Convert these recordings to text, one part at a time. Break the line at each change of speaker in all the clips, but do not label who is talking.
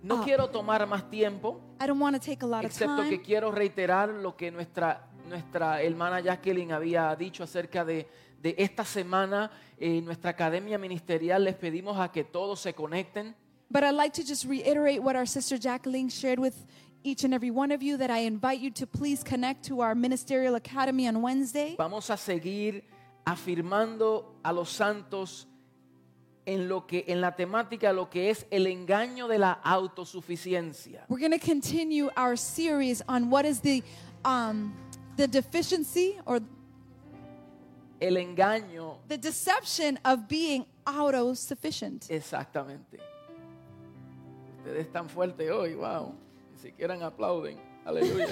No
up.
quiero tomar más tiempo,
I don't want to take a lot of
excepto que
time,
quiero reiterar lo que nuestra, nuestra hermana Jacqueline había dicho acerca de, de esta semana. En nuestra academia ministerial les pedimos a que todos se conecten.
but I'd like to just reiterate what our sister Jacqueline shared with each and every one of you that I invite you to please connect to our Ministerial Academy on Wednesday.
Vamos a seguir afirmando a los santos en lo que en la temática lo que es el engaño de la autosuficiencia.
We're going to continue our series on what is the um, the deficiency or
El engaño
the deception of being auto sufficient.
exactamente. Ustedes están fuertes hoy, wow. Ni siquiera aplauden. Aleluya.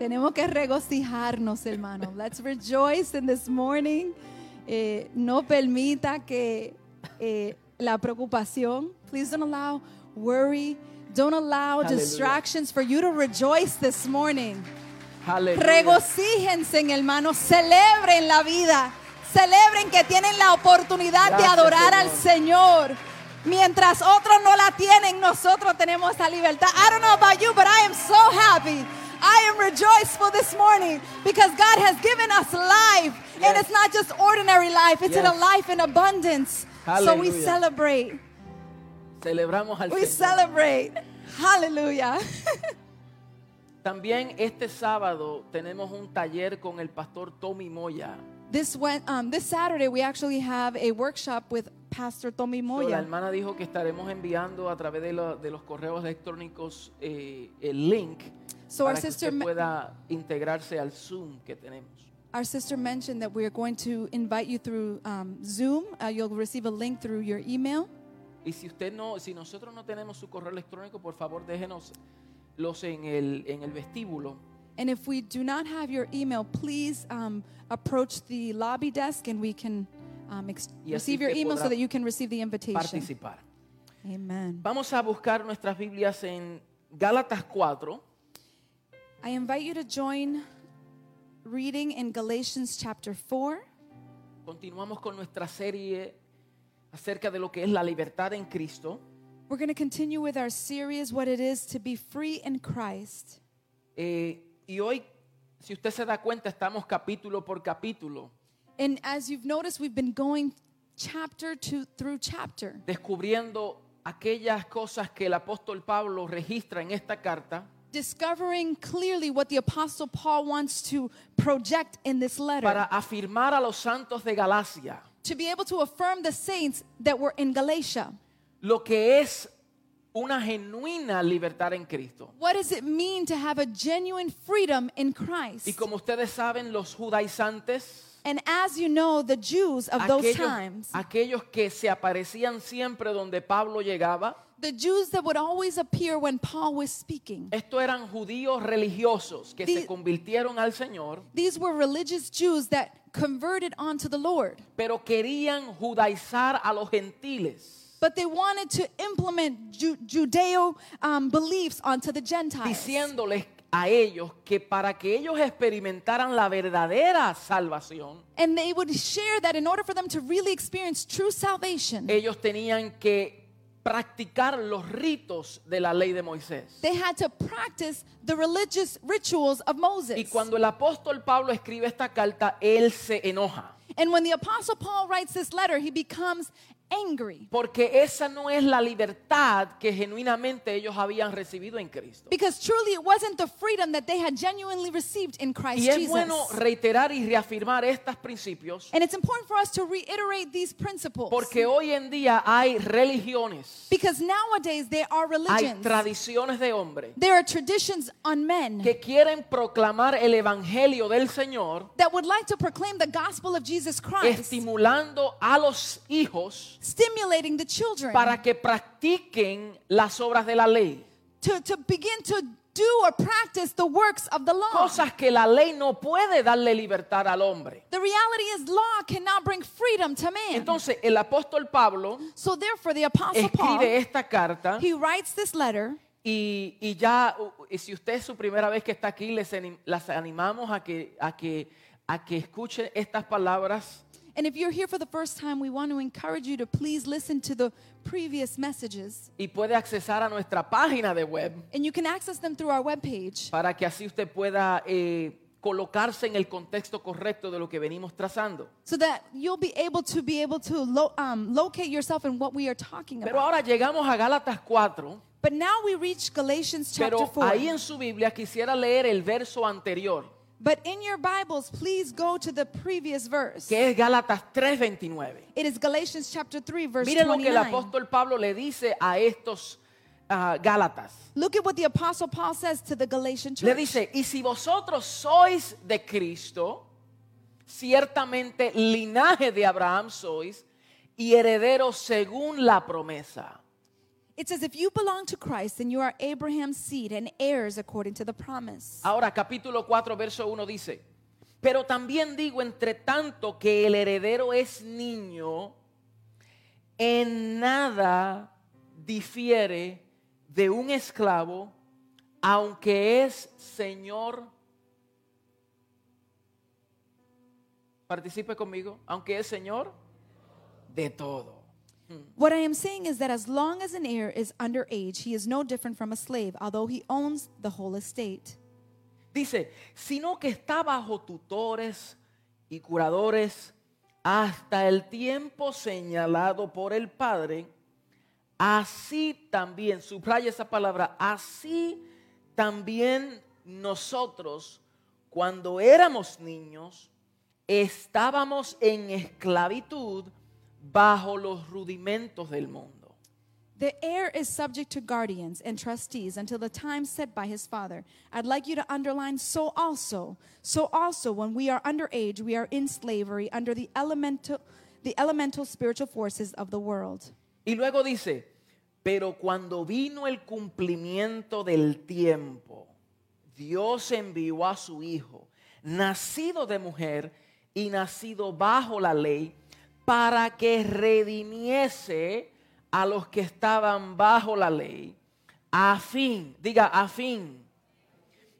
Tenemos que regocijarnos, hermano. Let's rejoice in this morning. Eh, no permita que eh, la preocupación. Please don't allow worry. Don't allow
Hallelujah.
distractions for you to rejoice this morning.
Aleluya.
Regocíjense, hermano. Celebren la vida. Celebren que tienen la oportunidad
Gracias,
de adorar al Señor. Mientras otros no la tienen, nosotros tenemos esa libertad. I don't know about you, but I am so happy. I am rejoiceful this morning because God has given us life. And
Yes.
it's not just ordinary life, it's a
Yes.
life in abundance. So we
Hallelujah.
celebrate.
Celebramos al Señor.
We celebrate. Hallelujah.
También este sábado tenemos un taller con el pastor Tommy Moya.
This went, um, this Saturday we actually have a workshop with Pastor Tommy
So, La
Moya.
hermana dijo que estaremos enviando a través de, lo- de los correos electrónicos eh, el link
So
para
our
que
sister
usted
ma-
pueda integrarse al Zoom que tenemos.
Our sister mentioned that we are going to invite you through um, Zoom. Uh, you'll receive a link through your email.
Y si usted no, si nosotros no tenemos su correo electrónico, por favor déjenos los en el, en el vestíbulo
And if we do not have your email, please um, approach the lobby desk and we can um, ex-
Y así
receive your
usted
email so
podrá
that you can receive the invitation.
participar.
Amen.
Vamos a buscar nuestras Biblias en Gálatas 4,
I invite you to join reading in Galatians chapter 4.
Continuamos con nuestra serie acerca de lo que es la libertad en Cristo.
We're going to continue with our series, What It Is to Be Free in Christ.
Eh, y hoy, si usted se da cuenta, estamos capítulo por capítulo,
And as you've noticed, we've been going chapter to through chapter,
descubriendo aquellas cosas que el apóstol Pablo registra en esta carta
discovering clearly what the apostle Paul wants to project in this letter
para afirmar a los santos de Galacia
to be able to affirm the saints that were in Galatia.
lo que es una genuina libertad en Cristo.
What does it mean to have a genuine freedom in Christ?
Y como ustedes saben, los judaizantes
and as you know, the Jews of those times,
aquellos, aquellos que se aparecían siempre donde Pablo llegaba,
the Jews that would always appear when Paul was speaking,
Estos eran judíos religiosos que se
The-
convirtieron al Señor,
these were religious Jews that converted onto the Lord.
pero querían judaizar a los gentiles,
But they wanted to implement Ju- Judeo um, beliefs onto the Gentiles,
diciéndoles a ellos que para que ellos experimentaran la verdadera salvación,
and they would share that in order for them to really experience true salvation,
ellos tenían que practicar los ritos de la ley de Moisés.
they had to practice the religious rituals of Moses.
Y cuando el apóstol Pablo escribe esta carta, él se enoja,
and when the Apostle Paul writes this letter, he becomes angry
porque esa no es la libertad que genuinamente ellos habían recibido en Cristo.
because truly it wasn't the freedom that they had genuinely received in Christ
Y es
Jesus.
bueno reiterar y reafirmar estos principios
and it's important for us to reiterate these principles
porque hoy en día hay religiones,
because nowadays there are
hay
religions,
tradiciones de hombre
there are traditions on men.
que quieren proclamar el evangelio del Señor,
that would like to proclaim the gospel of Jesus Christ,
estimulando a los hijos
stimulating the children
para que practiquen las obras de la ley,
to, to begin to do or practice the works of the law.
cosas que la ley no puede darle libertad al hombre.
The reality is, law cannot bring freedom to man.
Entonces, el apóstol Pablo
so, therefore, the Apostle
escribe
Paul,
esta carta
he writes this letter.
Y, y ya, u- y si usted es su primera vez que está aquí, les anim- las animamos a que, a, que, a que escuche estas palabras
And if you're here for the first time, we want to encourage you to please listen to the previous messages.
y puede accesar a nuestra página de web
And you can access them through our webpage
para que así usted pueda eh, colocarse en el contexto correcto de lo que venimos trazando.
so that you'll be able to be able to lo- um, locate yourself in what we are talking
Pero
about.
ahora llegamos a Gálatas 4,
But now we reach Galatians chapter
pero ahí
4.
en su Biblia quisiera leer el verso anterior,
But in your Bibles, please go to the previous verse.
que es Gálatas 3:29.
It is Galatians chapter 3, verse
Miren lo que el
29.
apóstol Pablo le dice a estos ah, Gálatas.
Look at what the Apostle Paul says to the Galatian
Le
church.
dice, y si vosotros sois de Cristo, ciertamente linaje de Abraham sois y herederos según la promesa.
It says, If you belong to Christ, then you are Abraham's seed and heirs according to the promise.
Ahora capítulo 4, verso 1 dice, pero también digo, entre tanto que el heredero es niño, en nada difiere de un esclavo, aunque es señor. Participe conmigo, aunque es señor de todo.
What I am saying is that as long as an heir is underage, he is no different from a slave, although he owns the whole estate.
Dice, sino que está bajo tutores y curadores hasta el tiempo señalado por el Padre. Así también, subraya esa palabra, así también nosotros, cuando éramos niños, estábamos en esclavitud bajo los rudimentos del mundo.
The heir is subject to guardians and trustees until the time set by his father. I'd like you to underline so also. So also when we are underage, we are in slavery under the elemental the elemental spiritual forces of the world.
Y luego dice, pero cuando vino el cumplimiento del tiempo, Dios envió a su Hijo, nacido de mujer y nacido bajo la ley, para que redimiese a los que estaban bajo la ley, a fin, diga, a fin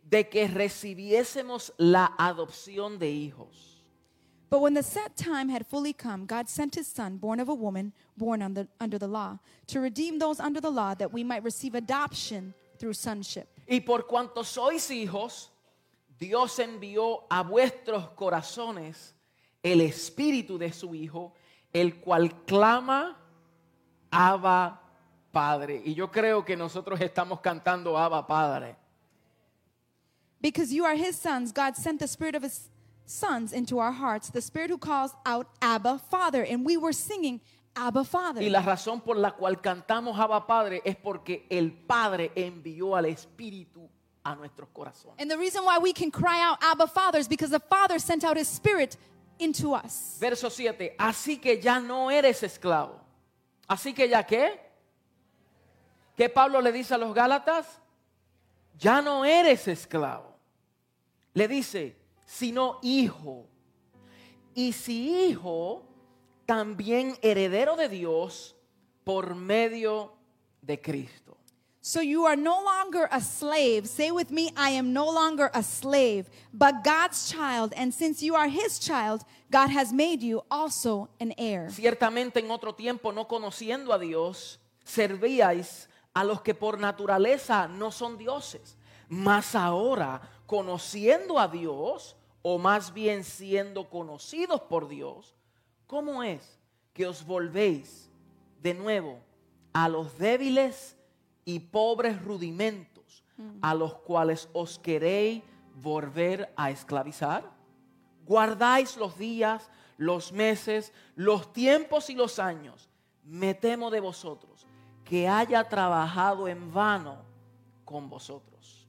de que recibiésemos la adopción de hijos.
But when the set time had fully come, God sent his son, born of a woman, born under, under the law, to redeem those under the law that we might receive adoption through sonship.
Y por cuanto sois hijos, Dios envió a vuestros corazones el espíritu de su Hijo, el cual clama Abba Padre. Y yo creo que nosotros estamos cantando Abba Padre.
Because you are his sons, God sent the spirit of his sons into our hearts, the spirit who calls out Abba, Father. And we were singing Abba, Father.
Y la razón por la cual cantamos Abba Padre es porque el Padre envió al espíritu a nuestros corazones.
and the reason why we can cry out Abba, Father is because the Father sent out his spirit into us.
Verso 7, así que ya no eres esclavo. Así que ya qué? ¿Qué Pablo le dice a los Gálatas? Ya no eres esclavo. Le dice, sino hijo. Y si hijo, también heredero de Dios por medio de Cristo.
So you are no longer a slave. Say with me, I am no longer a slave, but God's child. And since you are his child, God has made you also an heir.
Ciertamente en otro tiempo, no conociendo a Dios, servíais a los que por naturaleza no son dioses. Mas ahora, conociendo a Dios, o más bien siendo conocidos por Dios, ¿cómo es que os volvéis de nuevo a los débiles y pobres rudimentos a los cuales os queréis volver a esclavizar? guardáis los días, los meses, los tiempos y los años. Me temo de vosotros que haya trabajado en vano con vosotros.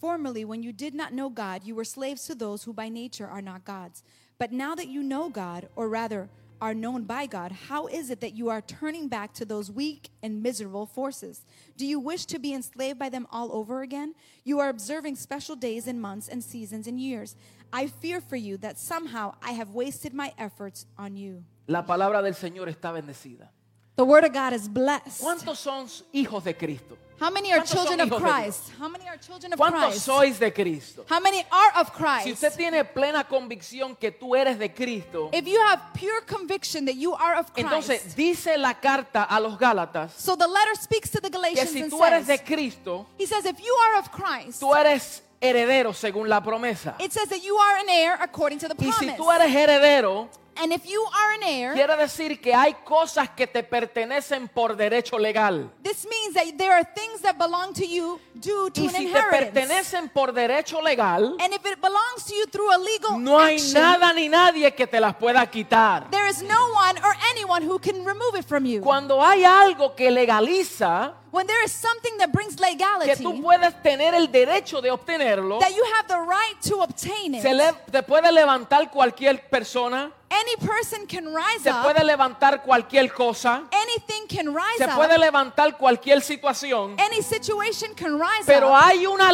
Formerly, when you did not know God, you were slaves to those who by nature are not God's. But now that you know God, or rather are known by God, how is it that you are turning back to those weak and miserable forces? Do you wish to be enslaved by them all over again? You are observing special days and months and seasons and years. I fear for you that somehow I have wasted my efforts on you.
La palabra del Señor está bendecida.
The word of God is blessed.
¿Cuántos son hijos de Cristo?
How many are
¿Cuántos son
children of
hijos de Dios?
Christ? How many are children of
¿Cuántos
Christ?
sois de Cristo?
How many are of
Si
Christ?
usted tiene plena convicción que tú eres de Cristo,
If you have pure conviction that you are of
entonces
Christ.
dice la carta a los Gálatas
So the letter speaks to the
que
Galatians
si
and
tú eres
says,
de Cristo,
He says, if you are of Christ,
tú eres heredero según la promesa.
it says that you are an heir according to the
Y si
promise.
tú eres heredero,
And if you are an heir,
quiere decir que hay cosas que te pertenecen por derecho legal.
this means that there are things that belong to you due to
Y
an
si te
inheritance.
pertenecen por derecho legal,
And if it belongs to you through a legal
no hay
action,
nada ni nadie que te las pueda quitar.
there is no one or anyone who can remove it from you.
Cuando hay algo que legaliza
When there is something that brings
que
legality,
tú puedes tener el derecho de obtenerlo,
that you have the right to obtain it,
se le- te puede levantar cualquier persona,
any person can rise
se
up,
puede levantar cualquier cosa,
anything can rise
se
up,
puede levantar cualquier situación,
any situation can rise
pero
up.
hay una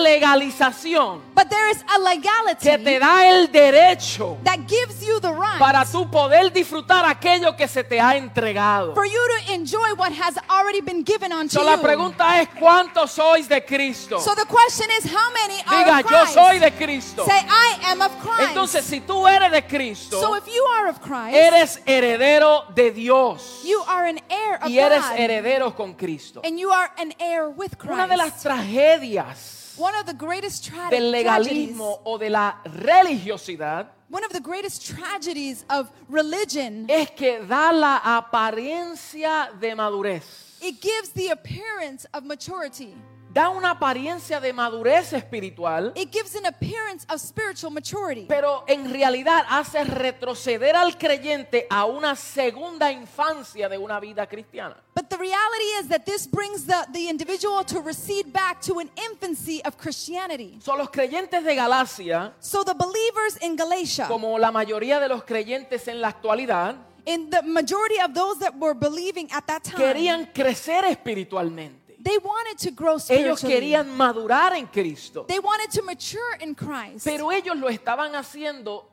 legalización
But there is a legality
que te da el derecho
that gives you the right
para tú poder disfrutar aquello que se te ha entregado.
for you to enjoy what has already been given unto
So
you.
la pregunta es, ¿cuántos sois de Cristo?
so the question is, how many are
Diga,
of
yo
Christ?
soy de Cristo.
Say, I am of Christ.
Entonces, si tú eres de
so
Cristo,
if you are of Christ,
eres heredero de Dios
you are an heir of
y eres
God,
heredero con Cristo.
and you are an heir with Christ.
Una de las tragedias
One of the greatest tra-
del
tragedies,
legalismo o de la religiosidad
one of the greatest tragedies of religion,
es que da la apariencia de madurez.
it gives the appearance of maturity.
Da una apariencia de madurez espiritual,
It gives an appearance of spiritual maturity.
pero en realidad hace retroceder al creyente a una segunda infancia de una vida cristiana.
But the reality is that this brings the, the individual to recede back to an infancy of Christianity.
Son los creyentes de Galacia,
So the believers in Galatia,
como la mayoría de los creyentes en la actualidad,
in the majority of those that were believing at that time,
querían crecer espiritualmente.
they wanted to grow
Ellos
spiritually.
querían madurar en Cristo.
They wanted to mature in Christ.
Pero ellos lo estaban haciendo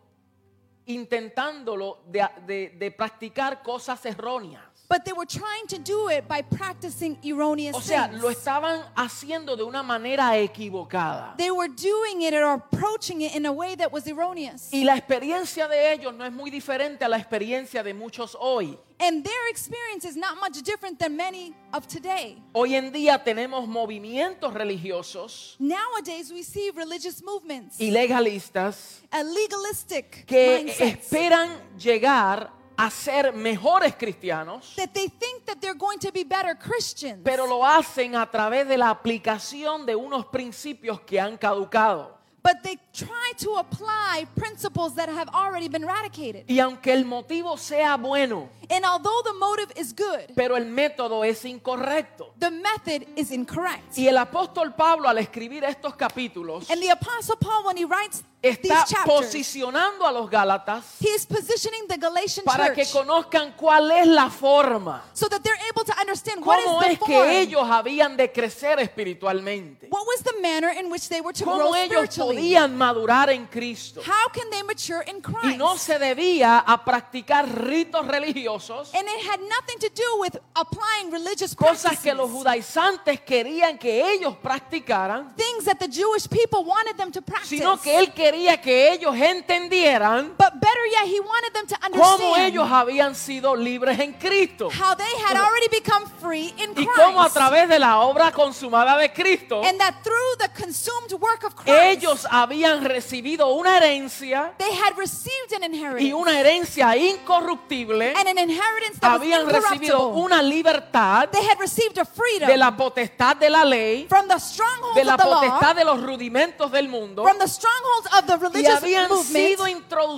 intentándolo de, de- de practicar cosas erróneas.
But they were trying to do it by practicing erroneous
O sea,
things.
lo estaban haciendo de una manera equivocada.
They were doing it or approaching it in a way that was erroneous.
Y la experiencia de ellos no es muy diferente a la experiencia de muchos hoy.
And their experience is not much different than many of today.
Hoy en día tenemos movimientos religiosos
Nowadays, we see religious movements,
y legalistas
a legalistic
que
mindset
esperan llegar a ser mejores cristianos,
that they think that they're going to be better Christians,
pero lo hacen a través de la aplicación de unos principios que han caducado.
but they try to apply principles that have already been eradicated.
Y aunque el motivo sea bueno,
And although the motive is good,
pero el método es incorrecto.
the method is incorrect.
Y el apóstol Pablo al escribir estos capítulos
And the Apostle Paul, when he writes these
está
chapters,
posicionando a los Gálatas
he is positioning the Galatian
para que
church
conozcan cuál es la forma,
so that they're able to understand what
cómo
is
es
the
que
form,
ellos habían de crecer espiritualmente,
what was the manner in which they were to grow
cómo ellos
spiritually.
podían madurar en Cristo.
How can they mature in
Y
Christ?
no se debía a practicar ritos religiosos,
And it had nothing to do with applying religious
cosas
practices.
que los judaizantes querían que ellos practicaran,
Things that the Jewish people wanted them to practice.
sino que él quería que ellos entendieran
But better yet, he wanted them to
cómo ellos
understand
habían sido libres en Cristo
how they had already become free in
y cómo a
Christ.
través de la obra consumada de Cristo
And that through the consumed work of Christ,
ellos habían recibido una herencia
they had received an inheritance.
y una herencia incorruptible,
and an inheritance that was
habían recibido
incorruptible.
una libertad
they had received a freedom
de la potestad de la ley,
from the strongholds
de la
of the law,
potestad de los rudimentos del mundo
from the strongholds of the
y
religious
habían
movement,
sido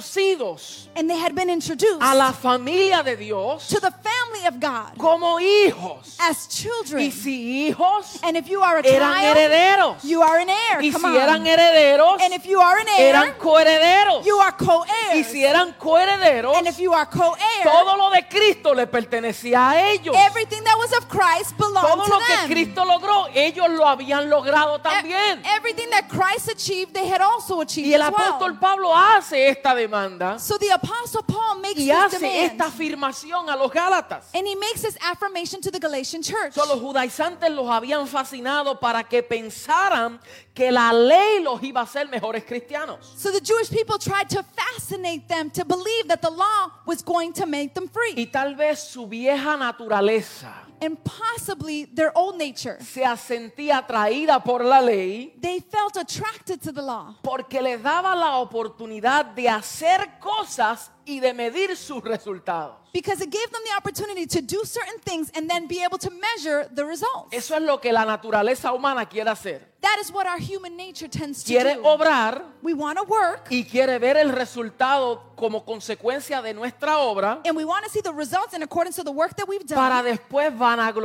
introducidos
and they had been introduced
a la familia de Dios
to the family of God
como hijos.
as children.
Y si hijos
and if you are a
eran
child,
herederos.
you are an heir.
Y
Come
si
on.
eran herederos,
and if you are an heir,
eran coherederos.
you are
Y
co-heirs.
si eran coherederos,
and if you are co-heir,
todo lo de Cristo le pertenecía a ellos.
everything that was of Christ belonged
Todo
to
lo
them.
que Cristo logró, ellos lo habían logrado
E-
también.
everything that Christ achieved, they had also achieved.
Y el
as
apóstol
well.
Pablo hace esta demanda
So the apostle Paul makes
y
this
hace
demand.
esta afirmación a los Gálatas.
And he makes this affirmation to the Galatian church.
So, los judaizantes los habían fascinado para que pensaran que la ley los iba a hacer mejores cristianos.
So the Jewish people tried to fascinate them to believe that the law was going to make them
Y
free.
tal vez su vieja naturaleza
And possibly their old nature.
se sentía atraída por la ley
They felt attracted to the law
porque les daba la oportunidad de hacer cosas y de medir sus resultados.
because it gave them the opportunity to do certain things and then be able to measure the results.
Eso es lo que la naturaleza humana quiere hacer.
That is what our human nature tends to
Quiere
do.
obrar
We want to work
y quiere ver el resultado como consecuencia de nuestra obra
and we want to see the results in accordance to the work that we've
para
done
después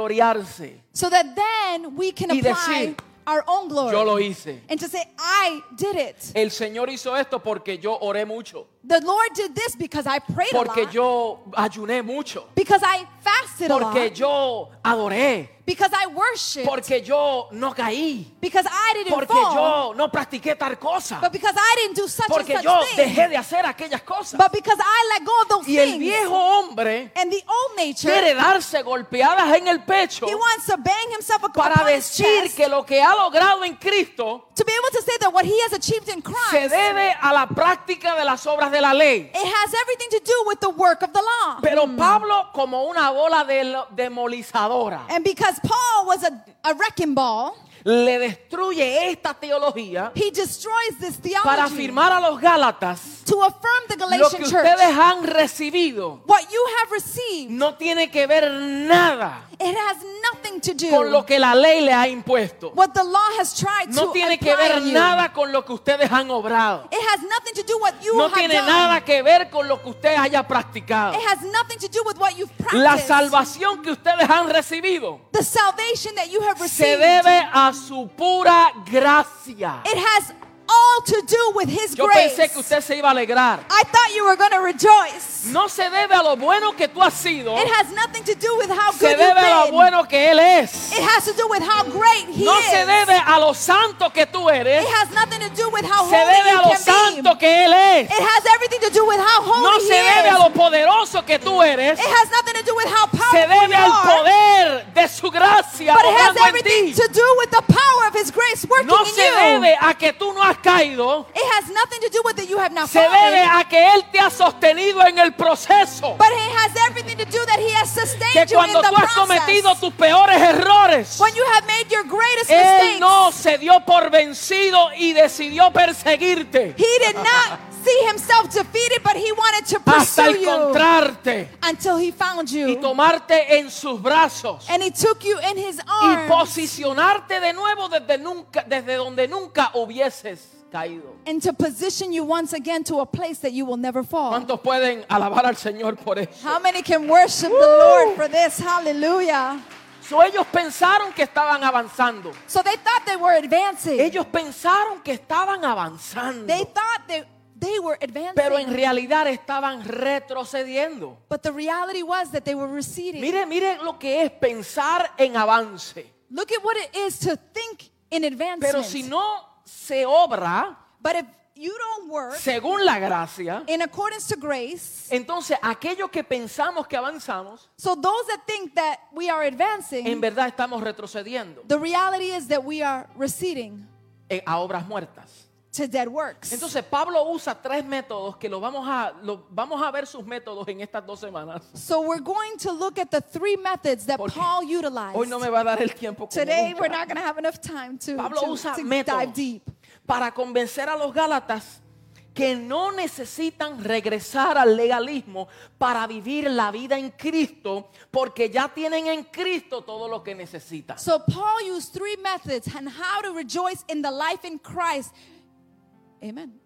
vanagloriarse.
so that then we can
Y
apply
decir,
our own
Yo lo
glory
hice.
and to say, I did it.
El Señor hizo esto porque yo oré mucho,
The Lord did this because I prayed a
porque
lot.
yo ayuné mucho,
Because I fasted a
porque
lot.
yo adoré,
Because I worshiped.
porque yo no caí,
because I didn't
porque
fall.
yo no practiqué tal cosa,
But because I didn't do such
porque
and
yo
such thing.
dejé de hacer aquellas cosas.
But because I let go of those
Y el
things.
viejo hombre
and the old nature,
quiere darse golpeadas en el pecho
he wants to bang himself a
para
upon his
decir
chest
que lo que ha logrado en Cristo
to be able to say that what he has achieved
se
in Christ,
debe a la práctica de las obras de la ley.
it has everything to do with the work of the law.
Pero Pablo como una bola de demolizadora
and because Paul was a, a wrecking ball,
le destruye esta teología
he destroys this
para
theology
afirmar a los Gálatas
to affirm the
lo
Galatian
que
church.
ustedes han recibido
What you have received,
no tiene que ver nada
it has nothing to do
con lo que la ley le ha impuesto.
what the law has tried
No
to
tiene que
apply
ver
on you.
nada con lo que ustedes han obrado.
It has nothing to do what you
No
have
tiene
done.
nada que ver con lo que usted haya practicado.
It has nothing to do with what you've practiced.
La salvación que ustedes han recibido
the salvation that you have
se
received.
debe a su pura gracia.
It has all to do with His
Yo
grace.
pensé que usted se iba a alegrar.
I thought you were going to rejoice.
No se debe a lo bueno que tú has sido,
It has nothing to do with how
se
good you've
debe a lo
been.
bueno que Él es.
It has to do with how great He
No
is.
se debe a lo santo que tú eres,
It has nothing to do with how
se
holy
debe
you
a lo
can
santo
be.
que Él es.
It has everything to do with how holy
No
He
se debe
is.
a lo poderoso que tú eres,
It has nothing to do with how powerful
se debe
you
al
are.
poder de su gracia
But it has
obrando en
everything
ti.
to do with the power of His grace working
No
in
se
you.
debe a que tú no has caído,
It has nothing to do with that you have not
se debe
fallen.
a que Él te ha sostenido en el proceso.
But it has everything to do that He has sustained
Que
you in
cuando
the
tú has cometido
process.
tus peores errores,
When you have made your greatest
Él
mistakes,
no se dio por vencido y decidió perseguirte
He did not see Himself defeated, but He wanted to
hasta
pursue you
encontrarte
until He found
y
you.
tomarte en sus brazos
And He took you in His
y
arms
posicionarte de nuevo desde nunca desde donde nunca hubieses caído.
and to position you once again to a place that you will never fall.
¿Cuántos pueden alabar al Señor por eso?
How many can worship the Lord for this? Hallelujah.
So, ellos pensaron que estaban avanzando.
So they thought they were advancing.
Ellos pensaron que estaban avanzando,
They thought they, they were
pero en
advancing.
realidad estaban retrocediendo.
But the reality was that they were receding.
Mire, mire lo que es pensar en avance.
Look at what it is to think in
Pero si
advancement.
no se obra
But if you don't work
según la gracia,
in accordance to grace,
entonces aquello que pensamos que avanzamos,
so those that think that we are
en
advancing,
verdad estamos retrocediendo
the reality is that we are receding
eh, a obras muertas.
to dead works.
Entonces Pablo usa tres métodos que lo vamos a lo- vamos a ver sus métodos en estas dos semanas.
So we're going to look at the three methods that
Porque
Paul
Hoy no me
utilized.
va a dar el tiempo. como
Today
nunca.
we're not going to have enough time to,
Pablo
to-
usa
to dive
métodos
deep
para convencer a los Gálatas que no necesitan regresar al legalismo para vivir la vida en Cristo, porque ya tienen en Cristo todo lo que necesitan.
So Paul used three methods on how to rejoice in the life in Christ. Amen.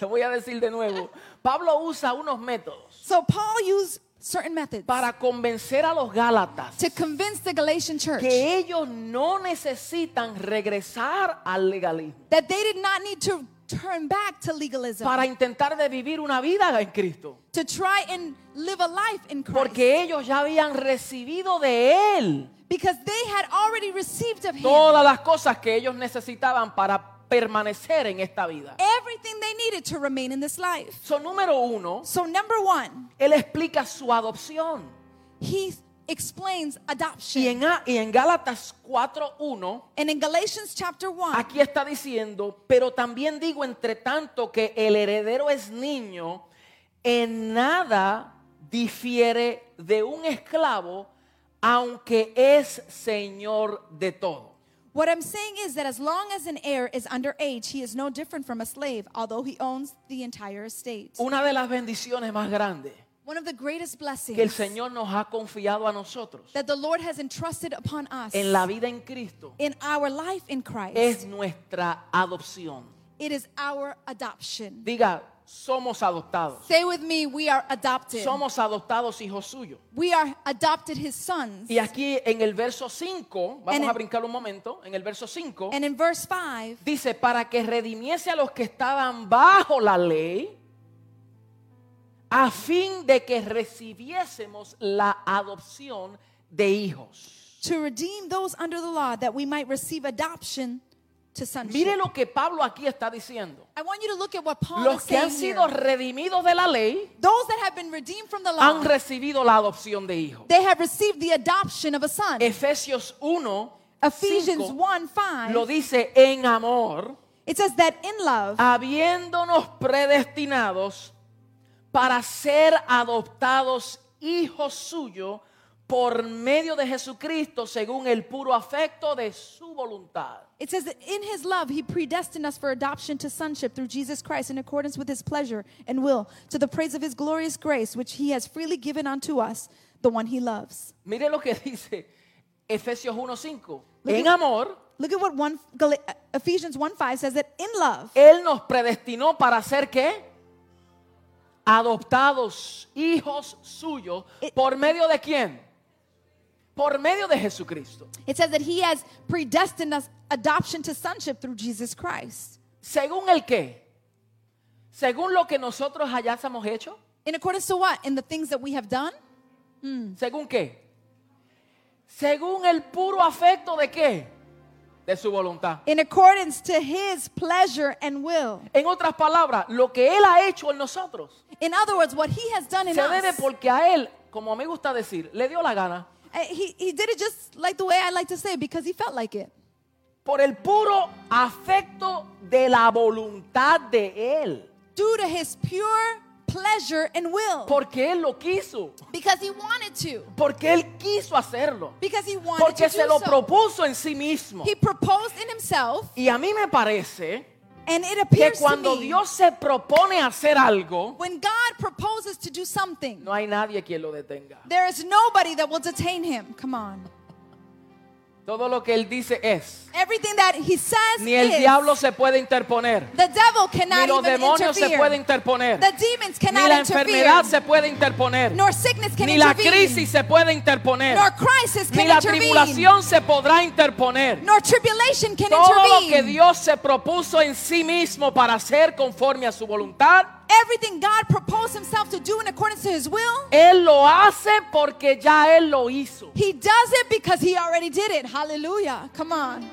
Lo voy a decir de nuevo. Pablo usa unos métodos
So Paul used certain methods
para convencer a los Gálatas
to convince the Galatian church
que ellos no necesitan regresar al legalismo
that they did not need to turn back to legalism
para intentar de vivir una vida en Cristo,
to try and live a life in Christ
porque ellos ya habían recibido de él
because they had already received of him
todas las cosas que ellos necesitaban para permanecer en esta vida.
everything they needed to remain in this life.
So, número uno,
So, number one,
él explica su adopción.
he explains adoption.
Y en, A- y en Gálatas 4.1,
and in Galatians chapter 1,
aquí está diciendo, pero también digo entre tanto que el heredero es niño, en nada difiere de un esclavo, aunque es señor de todo.
what I'm saying is that as long as an heir is underage, he is no different from a slave, although he owns the entire estate.
Una de las bendiciones más grandes
One of the greatest blessings
que el Señor nos ha confiado a nosotros
that the Lord has entrusted upon us
en la vida en Cristo
in our life in Christ,
es nuestra adopción.
it is our adoption.
Diga, somos adoptados.
Say with me, we are adopted.
Somos adoptados hijos suyos.
we are adopted his sons.
Y aquí en el verso 5,
And
vamos
in-
a brincar un momento, en el verso 5,
And in verse 5,
dice, para que redimiese a los que estaban bajo la ley, a fin de que recibiésemos la adopción de hijos.
to redeem those under the law that we might receive adoption to sonship.
Mire lo que Pablo aquí está diciendo.
I want you to look at what Paul
Los
is
que
saying
han sido
here.
redimidos de la ley
Those that have been redeemed from the law,
han recibido la adopción de hijos.
they have received the adoption of a son.
Efesios 1,
Ephesians
5,
1 5,
lo dice en amor.
it says that in love,
habiéndonos predestinados para ser adoptados hijos suyos por medio de Jesucristo según el puro afecto de su voluntad.
It says that in his love, he predestined us for adoption to sonship through Jesus Christ in accordance with his pleasure and will, to the praise of his glorious grace, which he has freely given unto us, the one he loves.
Mire lo que dice Efesios 1:5.
Look
En
at-
amor,
Look at what one, Gal- Ephesians 1 5 says that in love,
Él nos predestinó para ser qué? Adoptados hijos suyos.
It-
¿Por medio de quién? Por medio de Jesucristo.
it says that he has predestined us adoption to sonship through Jesus Christ
¿Según el qué? ¿Según lo que nosotros hayamos hecho?
in accordance to what? In the things that we have done?
¿Según qué? Según el puro afecto de qué? De su voluntad.
In accordance to his pleasure and will.
En otras palabras, lo que Él ha hecho en nosotros
In other words, what he has done in
se debe
us.
porque a Él, como me gusta decir, le dio la gana.
Uh, He, he did it just like the way I like to say it because he felt like it.
Por el puro afecto de la voluntad de Él.
due to his pure pleasure and will.
Porque Él lo quiso.
Because he wanted to.
Porque Él quiso hacerlo.
Because he wanted
Porque
to.
se
do
lo
so.
propuso en sí mismo.
He proposed in himself,
Y a mí me parece
and it
que
appears to
cuando
me
Dios se propone hacer algo,
when God proposes to do something,
no hay nadie quien lo detenga.
there is nobody that will detain him. Come on.
Todo lo que él dice es.
Everything that he says,
Ni el
is,
diablo se puede interponer.
the devil
Ni
cannot
los
even
demonios se
interfere.
pueden interponer.
the demons
Ni
cannot
la
interfere.
enfermedad se puede interponer.
nor sickness can
Ni la
intervene.
crisis se puede interponer.
nor crisis
Ni
can
la
intervene.
tribulación se podrá interponer.
Nor tribulation can
Todo lo
intervene.
que Dios se propuso en sí mismo para hacer conforme a su voluntad,
Everything God proposed himself to do in accordance to his will,
Él lo hace porque ya Él lo hizo.
He does it because he already did it. Hallelujah. Come on.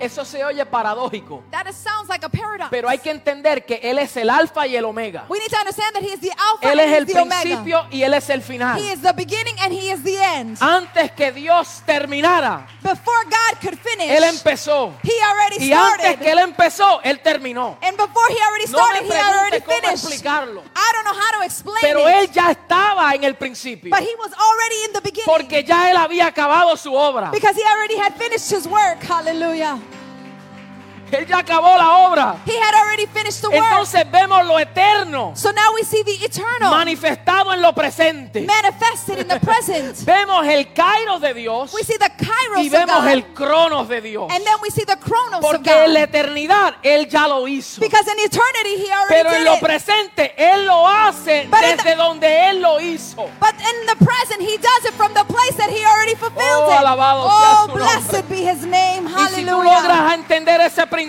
Eso se oye paradójico,
That is, sounds like a paradox.
pero hay que entender que Él es el alfa y el omega.
we need to understand that he is the Alpha
Él
and
es
he
el
is the Omega.
principio y Él es el Ah. final.
He is the beginning and he is the end.
Antes que Dios terminara,
Before God could finish,
Él empezó.
he already
Y antes
started.
que Él empezó, Él terminó.
and before he already
No me
started, he already
pregunte cómo
finished.
explicarlo.
I don't know how to explain
Pero
it.
Él ya estaba en el principio.
but he was already in the beginning
Porque ya Él había acabado su obra.
because he already had finished his work. Hallelujah.
Él ya acabó la obra.
He had already finished the work.
Entonces vemos lo eterno
So now we see the eternal
manifestado en lo presente.
manifested in the present.
Vemos el Kairos de Dios
We see the kairos
y
of
vemos
God.
el Cronos de Dios.
And then we see the chronos of
Porque
God.
en la eternidad Él ya lo hizo.
Because in eternity he already
Pero en
did
lo
it.
presente Él lo hace
But in
desde
the-
donde Él lo hizo.
But in the present he does it from the place that he already fulfilled
Oh,
it.
alabado sea
oh,
su
blessed be his name.
Y si tú
Hallelujah.
logras entender ese principio,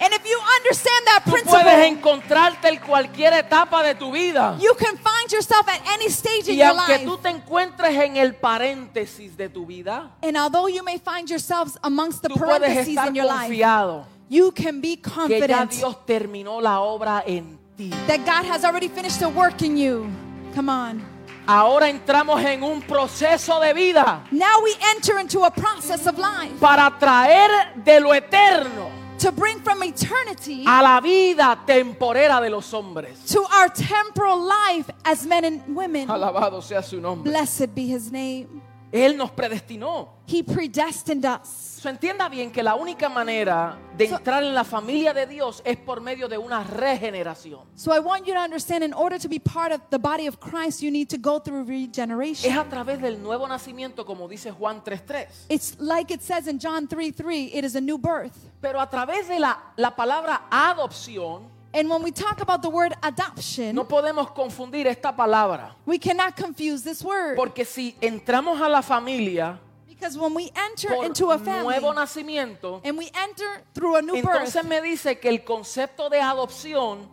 and if you understand that
tú puedes
principle,
encontrarte en cualquier etapa de tu vida.
you can find yourself at any stage in
Y
your
aunque
life.
tú te encuentres en el paréntesis de tu vida,
and although you may find yourselves amongst the
tú puedes
parentheses
estar
in your life,
confiado
You can be
que ya
confident
Dios terminó la obra en ti.
that God has already finished the work in you. Come on.
Ahora entramos en un proceso de vida
Now we enter into a process of life
para traer de lo eterno
to bring from eternity
a la vida temporera de los hombres.
to our temporal life as men and women.
Alabado sea su nombre.
Blessed be his name.
Él nos predestinó.
He predestined us.
So, entienda bien que la única manera de
So-
entrar en la familia de Dios es por medio de una regeneración.
So I want you to understand in order to be part of the body of Christ, you need to go through
Es
regeneration.
a través del nuevo nacimiento, como dice Juan 3.3.
It's like it says in John 3 3, it is a new birth.
Pero a través de la, la palabra adopción,
And when we talk about the word adoption,
no podemos confundir esta palabra.
we cannot confuse this word.
Porque si entramos a la familia
Because when we enter
por
into a
nuevo
family
nacimiento,
and we enter through a new birth,
entonces me dice que el concepto de adopción,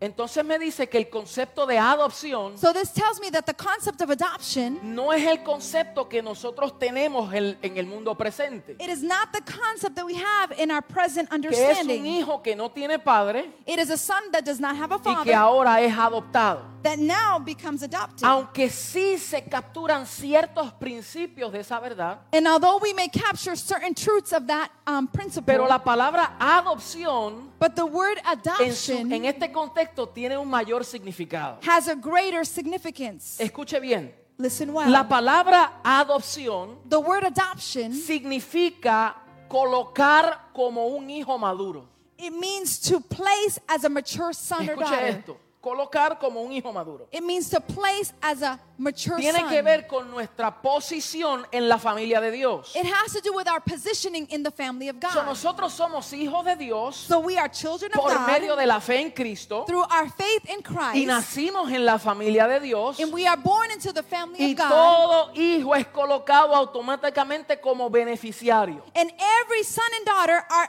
entonces me dice que el concepto de adopción
so this tells me that the concept of adoption,
no es el concepto que nosotros tenemos en, en el mundo presente.
it is not the concept that we have in our present
Que es un
understanding.
hijo que no tiene padre
It is a son that does not have a
y que
father
ahora es adoptado.
that now becomes adopted.
Aunque sí se capturan ciertos principios de esa verdad,
And although we may capture certain truths of that um,
pero
principle,
la palabra adopción
but the word
en, su- en
adoption
este contexto tiene un mayor significado.
has a greater significance.
Escuche bien,
Listen
Eh, la
well.
palabra adopción
The word adoption,
significa colocar como un hijo maduro.
it means to place as a mature son or
Escuche
daughter.
esto, colocar como un hijo maduro.
It means to place as a mature
Tiene
son.
que ver con nuestra posición en la familia de Dios.
It has to do with our positioning in the family of
So,
God.
nosotros somos hijos de Dios
So we are children of
por medio
God
de la fe en Cristo
through our faith in
y
Christ,
nacimos en la familia de Dios.
and we are born into the family
Y
of God.
todo hijo es colocado automáticamente como beneficiario.
And every son and daughter are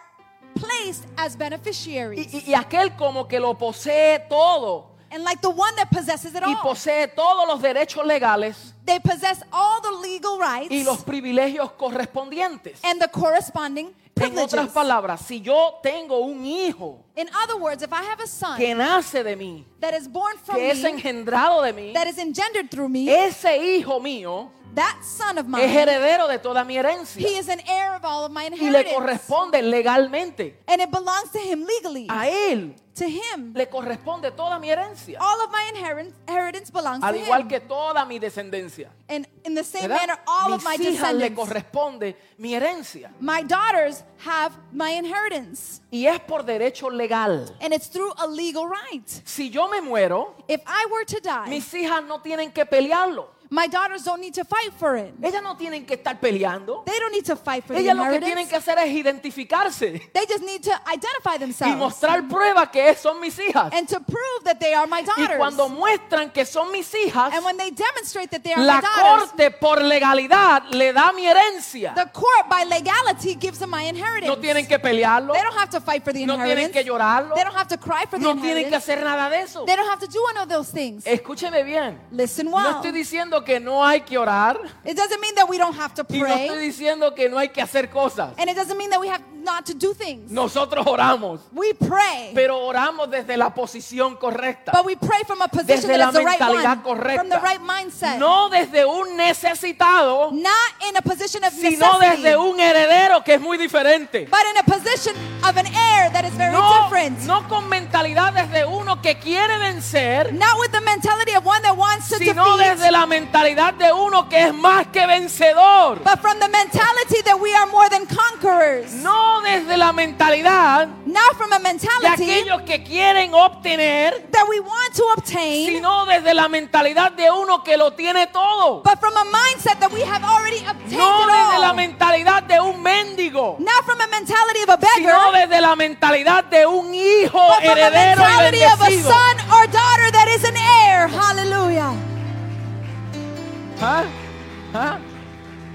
placed as
Y,
beneficiaries.
y- y aquel como que lo posee todo
And like the one that possesses it
y
all,
posee todos los derechos legales.
they possess all the legal
y los
rights
privilegios correspondientes.
and the corresponding
En otras
privileges.
palabras, si yo tengo un hijo
In other words, if I have a son
que nace de mí,
that is born from
que es
me,
engendrado de mí,
that is engendered through me,
ese hijo mío
that son of
es
mine,
heredero de toda mi herencia
he is an heir of all of my
y le
inheritance.
corresponde legalmente.
And it belongs to him legally.
A él
To him.
le corresponde toda mi herencia,
All of my inherit- inheritance belongs
al
to
igual
him.
que toda mi descendencia.
And in the same
¿verdad?
manner, all of my
Mis hijas le
descendants,
corresponde mi herencia
my daughters have my inheritance.
y es por derecho legal.
And it's through a legal right.
Si yo me muero,
If I were to die,
mis hijas no tienen que pelearlo.
my daughters don't need to fight for it.
Ellas no tienen que estar peleando.
They don't need to fight for the
Ellas lo que tienen
inheritance.
que hacer es identificarse
They just need to identify
y
themselves
mostrar prueba que es- son mis hijas.
and to prove that they are my
Y cuando
daughters.
muestran que son mis hijas,
And when they demonstrate that they are my
la
daughters,
corte por legalidad le da mi herencia.
the court by legality gives them my
No tienen
inheritance.
que pelearlo,
They don't have to fight for the
no tienen
inheritance.
que llorarlo,
They don't have to cry for the
no tienen que
inheritance.
hacer nada de eso.
They don't have to do one of those things.
Escúcheme bien.
Listen
Oh. Eh, No
well.
estoy diciendo que no hay que orar
It doesn't mean that we don't have to
y no estoy
pray.
diciendo que no hay que hacer cosas.
And it doesn't mean that we have not to do things.
Nosotros oramos,
We pray.
pero oramos desde la posición correcta.
But we pray from a position
Desde
that
la
is the right one.
mentalidad correcta.
From the right mindset.
No desde un necesitado,
Not in a position of
sino desde
necessity.
un heredero que es muy diferente.
But in a position of an heir that is very
No,
different.
no con mentalidad desde uno que quiere vencer,
Not with the mentality of one that wants to
sino
defeat.
desde la mentalidad de uno que es más que vencedor.
But from the mentality that we are more than conquerors.
No desde la mentalidad
Not from a
de
mentality
aquellos que quieren obtener,
that we want to obtain.
sino desde la mentalidad de uno que lo tiene todo.
But from a mindset that we have already obtained
No desde la
it all.
mentalidad de un mendigo,
Not from a mentality of a beggar,
sino desde la mentalidad de un hijo
but from a
heredero y
mentality of a
bendecido.
son or daughter that is an heir. Hallelujah.
¿Ah? ¿Ah?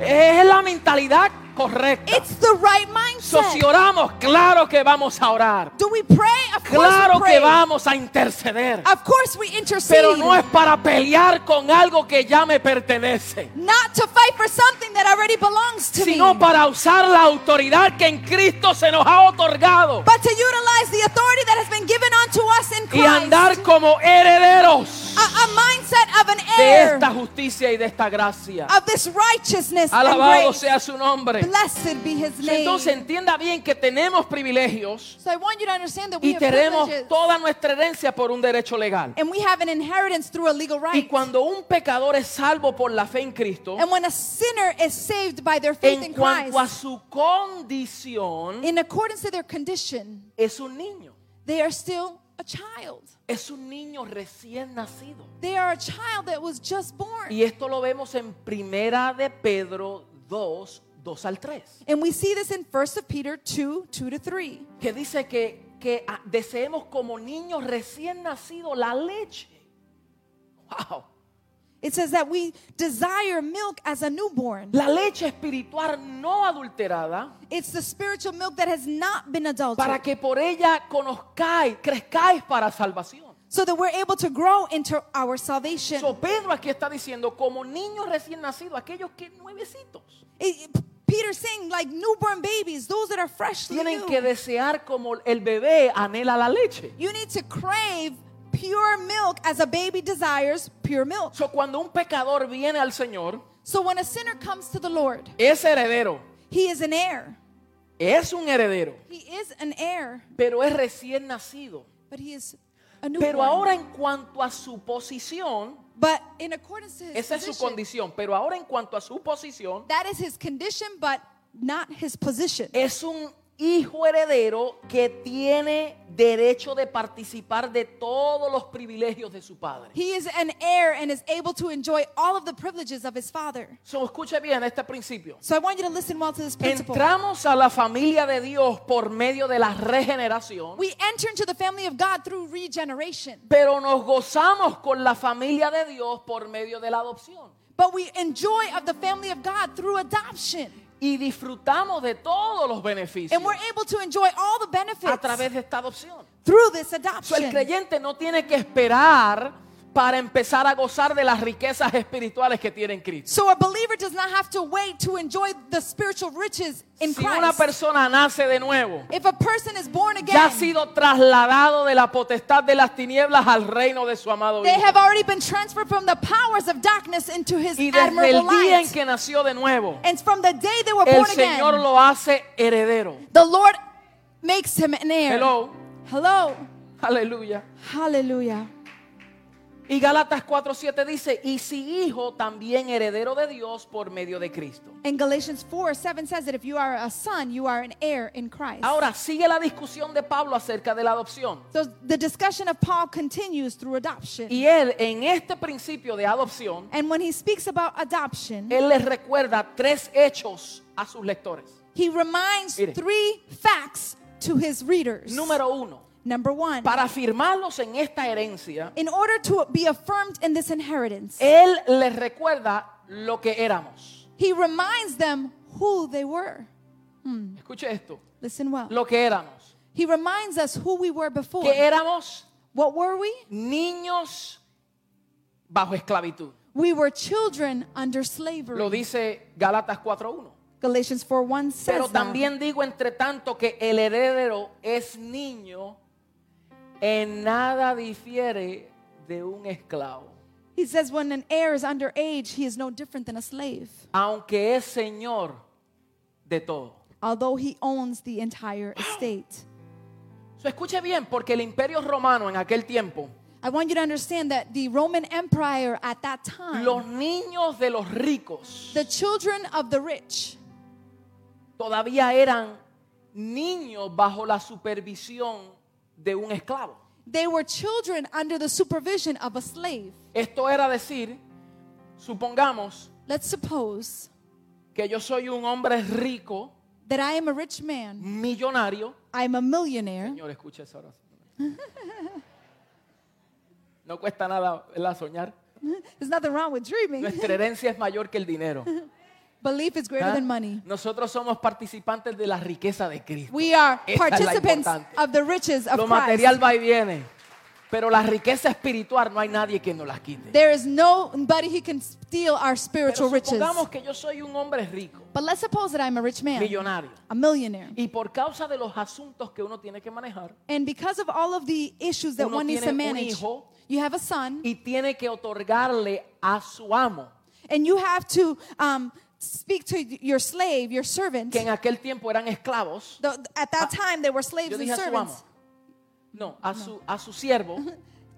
Es la mentalidad correcta.
It's the right
So, si
mindset.
oramos, claro que vamos a orar.
Do we pray? Of course
Claro
we
que
pray.
vamos a interceder.
Of course we intercede.
Pero no es para pelear con algo que ya me pertenece.
Not to fight for something that already belongs to me.
Sino para usar la autoridad que en Cristo se nos ha otorgado.
But to utilize the authority that has been given unto us in
Y
Christ.
andar como herederos
a, a mindset of an
de
heir
esta justicia y de esta gracia.
of this righteousness and
Alabado
grace.
sea su nombre.
Blessed be his name.
Entonces entienda bien que tenemos privilegios
so I want you to understand that we
y
have
tenemos
privileges
toda nuestra herencia por un derecho legal.
and we have an inheritance through a legal right.
Y cuando un pecador es salvo por la fe en Cristo,
and when a sinner is saved by their faith
en
in Christ,
cuanto a su condición,
in accordance to their condition,
es un niño.
they are still a child.
Es un niño recién nacido.
They are a child that was just born.
Y esto lo vemos en Primera de Pedro 2, 2 al 3,
And we see this in 1 of Peter 2, 2 to 3.
que dice que, que ah, deseemos como niños recién nacidos la leche. Wow.
It says that we desire milk as a newborn.
La leche espiritual no adulterada.
It's the spiritual milk that has not been
para
adulterated.
que por ella conozcáis, crezcáis para salvación.
So that we're able to grow into our salvation.
So Pedro aquí está diciendo, como niños recién nacidos, aquellos que nuevecitos,
It- it- Peter's saying, like newborn babies, those that are freshly
tienen
new,
que desear como el bebé anhela la leche.
you need to crave pure milk as a baby desires pure milk.
So cuando un pecador viene al Señor,
So when a sinner comes to the Lord,
es heredero,
he is an heir.
es un heredero,
He is an heir,
pero es recién nacido.
but he is a newborn.
Pero ahora en cuanto a su posición,
but in accordance to his
esa es su
position,
condición, pero ahora en cuanto a su posición,
that is his condition, but not his position.
es un hijo heredero que tiene derecho de participar de todos los privilegios de su padre.
He is an heir and is able to enjoy all of the privileges of his father.
So, escuche bien este principio.
So I want you to listen well to this principle.
Entramos a la familia de Dios por medio de la regeneración,
we enter into the family of God through regeneration,
pero nos gozamos con la familia de Dios por medio de la adopción
but we enjoy of the family of God through adoption.
y disfrutamos de todos los beneficios
And we're able to enjoy all the benefits
a través de esta adopción.
through this
So, el
adoption.
creyente no tiene que esperar para empezar a gozar de las riquezas espirituales que tiene en Cristo.
So a believer does not have to wait to enjoy the spiritual riches in
si una
Christ.
persona nace de nuevo,
If a person is born
ya ha
again,
sido trasladado de la potestad de las tinieblas al reino de su amado
they
Hijo.
have already been transferred from the powers of darkness into his
Y desde
admirable
el día en
light.
que nació de nuevo,
And from the day they were
el
born again,
Señor lo hace heredero.
the Lord makes him an heir.
Hello,
Hello.
aleluya.
Hallelujah.
Y Galatas 4:7 dice, y si hijo, también heredero de Dios por medio de Cristo.
And Galatians 4 7 says that if you are a son, you are an heir in Christ.
Ahora sigue la discusión de Pablo acerca de la adopción.
so the discussion of Paul continues through adoption.
Y él, en este principio de adopción,
and when he speaks about adoption,
él les recuerda tres hechos a sus lectores.
he reminds
Mire.
three facts to his readers.
Número uno.
Number one,
para afirmarlos en esta herencia,
in order to be affirmed in this inheritance,
Él les recuerda lo que éramos.
he reminds them who they were.
Escuche esto,
Listen well.
lo que éramos.
He reminds us who we were before.
Que eh- éramos
What were we?
niños bajo esclavitud.
We were children under
Lo
slavery.
dice Galatas 4.1.
Galatians 4
Pero
1 says that.
también digo, entre tanto, que el heredero es niño, en nada difiere de un esclavo,
He says, when an heir is underage, he is no different than a slave,
aunque es señor de todo.
although he owns the entire estate.
So, escuche bien, porque el imperio romano en aquel tiempo
I want you to understand that the Roman Empire at that time,
Los niños de los ricos
the children of the rich,
todavía eran niños bajo la supervisión de un esclavo.
they were children under the supervision of a slave.
Esto era decir, supongamos
Let's suppose
que yo soy un hombre rico,
that I am a rich man,
millonario.
I'm a millionaire.
Señor, escucha esa oración. No cuesta nada ¿verdad? soñar.
There's nothing wrong with dreaming.
Nuestra herencia es mayor que el dinero.
Belief is greater
¿Ah?
than money.
Nosotros somos participantes de la riqueza de Cristo.
We are
Esa es la
participants
importante.
of the riches of
Lo
Christ.
material va y viene, pero la riqueza espiritual no hay nadie que nos las quite.
There is nobody who can steal our spiritual
Pero
riches.
supongamos que yo soy un hombre rico,
But let's suppose that I'm a rich man,
millonario,
a millionaire.
y por causa de los asuntos que uno tiene que manejar
And because of all of the issues that
Uno
one needs to
tiene un
manage,
hijo.
you have a son,
y tiene que otorgarle a su amo,
and you have to um, speak to your slave, your servant.
que en aquel tiempo eran esclavos.
The- at that time, they were
Ah. Yo
slaves and
dije a su amo.
servants.
No, a su a su siervo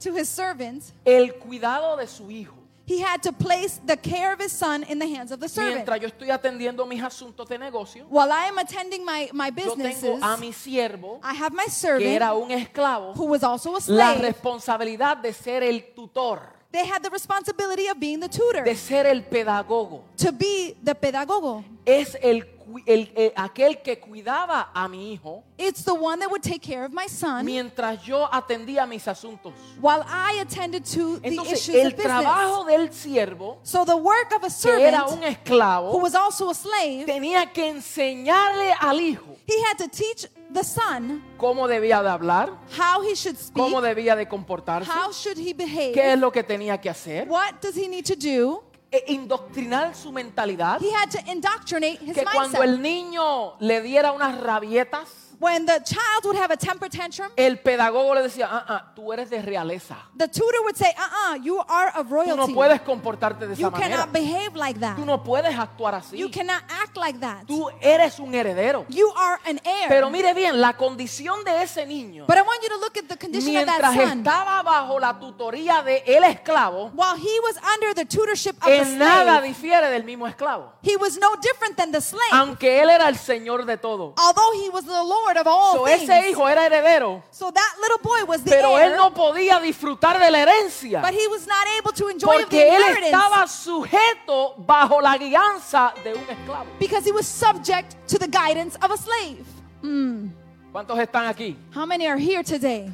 To his servant,
el cuidado de su hijo.
he had to place the care of his son in the hands of the servant.
Mientras yo estoy atendiendo mis asuntos de negocio,
While I am attending my, my
yo tengo
businesses,
a mi siervo
I have my
que era
servant
un esclavo
who was also a
la
slave.
responsabilidad de ser el tutor,
They had the responsibility of being the tutor,
de ser el pedagogo.
to be the pedagogo.
Es el, cu- el- el- aquel que cuidaba a mi hijo
It's the one that would take care of my son
mientras yo atendía mis asuntos.
while I attended to the
Entonces,
issues
el
of business.
trabajo del siervo,
so the work of a
que era un
servant who
esclavo,
was also a slave,
tenía que enseñarle al hijo
he had to teach the son
cómo debía de hablar,
how he should speak,
cómo debía de comportarse,
how should he behave,
qué es lo que tenía que hacer,
what does he need to do.
e indoctrinar su mentalidad.
He had to indoctrinate his
que cuando
mindset.
el niño le diera unas rabietas,
when the child would have a temper tantrum,
el pedagogo le decía, ah, ah, tú eres de realeza.
the tutor would say, "Uh-uh, you are of
Tú no
royalty.
puedes comportarte de
you
esa manera.
cannot behave like that.
Tú no puedes actuar
You
así.
cannot act like that.
Tú eres un heredero.
You are an heir."
Pero mire bien, la condición de ese niño,
But I want you to look at the condition of that
mientras
son.
estaba bajo la tutoría de el esclavo,
While he was under the tutorship of the
en nada
slave,
difiere del mismo esclavo.
he was no different than the slave,
Aunque él era el señor de todo.
although he was the lord of all
So,
things.
ese hijo era heredero,
so that little boy was the
pero
heir,
él no podía disfrutar de la herencia.
but he was not able to enjoy the
Porque él
inheritance
estaba sujeto bajo la guianza de un esclavo.
because he was subject to the guidance of a slave. Hmm.
¿Cuántos están aquí?
How many are here today?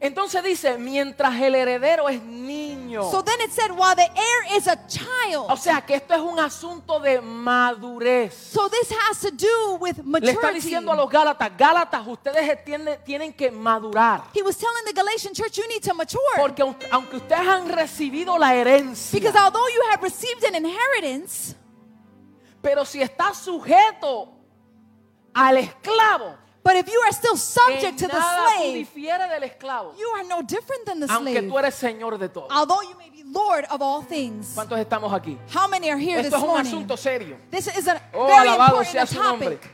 Entonces dice, mientras el heredero es niño.
So then it said, while the heir is a child.
o sea que esto es un asunto de madurez.
So this has to do with
Le está
maturity.
diciendo a los Gálatas, Gálatas, ustedes tienen, tienen que madurar.
He was telling the Galatian church, you need to mature.
Porque aun- aunque ustedes han recibido la herencia,
because although you have received an inheritance,
pero si está sujeto al esclavo,
but if you are still
en
subject to the
nada tú
slave,
difiere del esclavo,
you are no different than the
aunque
slave.
tú eres señor de todo.
Although you may be Lord of all things.
¿Cuántos estamos aquí?
How many are here
Esto
this
es un
morning?
asunto serio.
This is a
Oh,
very
alabado sea
important
su nombre.
topic.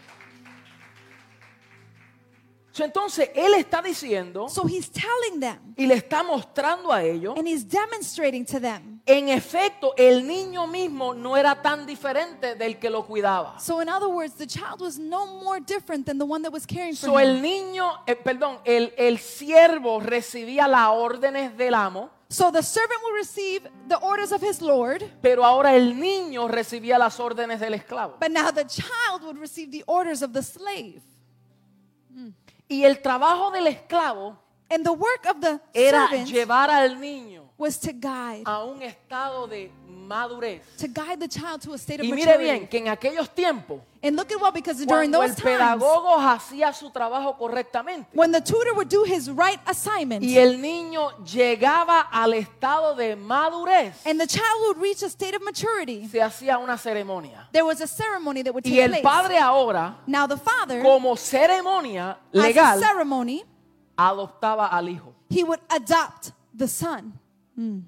So, Entonces, él está diciendo
So he's telling them
y le está mostrando a ellos,
and he's demonstrating to them.
en efecto, el niño mismo no era tan diferente del que lo cuidaba.
So in other words, the child was no more different than the one that was caring for
So,
him.
el niño, eh, perdón, el, el siervo recibía las órdenes del amo,
So the servant will receive the orders of his Lord,
pero ahora el niño recibía las órdenes del esclavo.
but now the child would receive the orders of the slave.
Y el trabajo del esclavo
And the work of the
era
servant
llevar al niño
was to guide,
a un estado de madurez.
to guide the child to a state of
Y mire
maturity.
bien, que en aquellos tiempos
And look at what, because during
cuando
those
el
times,
pedagogo hacía su trabajo correctamente
when the tutor would do his right assignment,
y el niño llegaba al estado de madurez,
and the child would reach a state of maturity,
se hacía una ceremonia.
there was a ceremony that would
Y
take
el
place.
padre ahora,
now the father,
como ceremonia
as
legal,
a ceremony,
adoptaba al hijo.
he would adopt the son.
Hmm.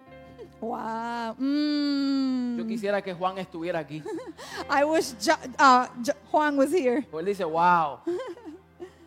Mm. Wow. Mm.
Yo quisiera que Juan estuviera aquí.
I wish jo- uh, Jo- Juan was here.
Pues él dice, wow.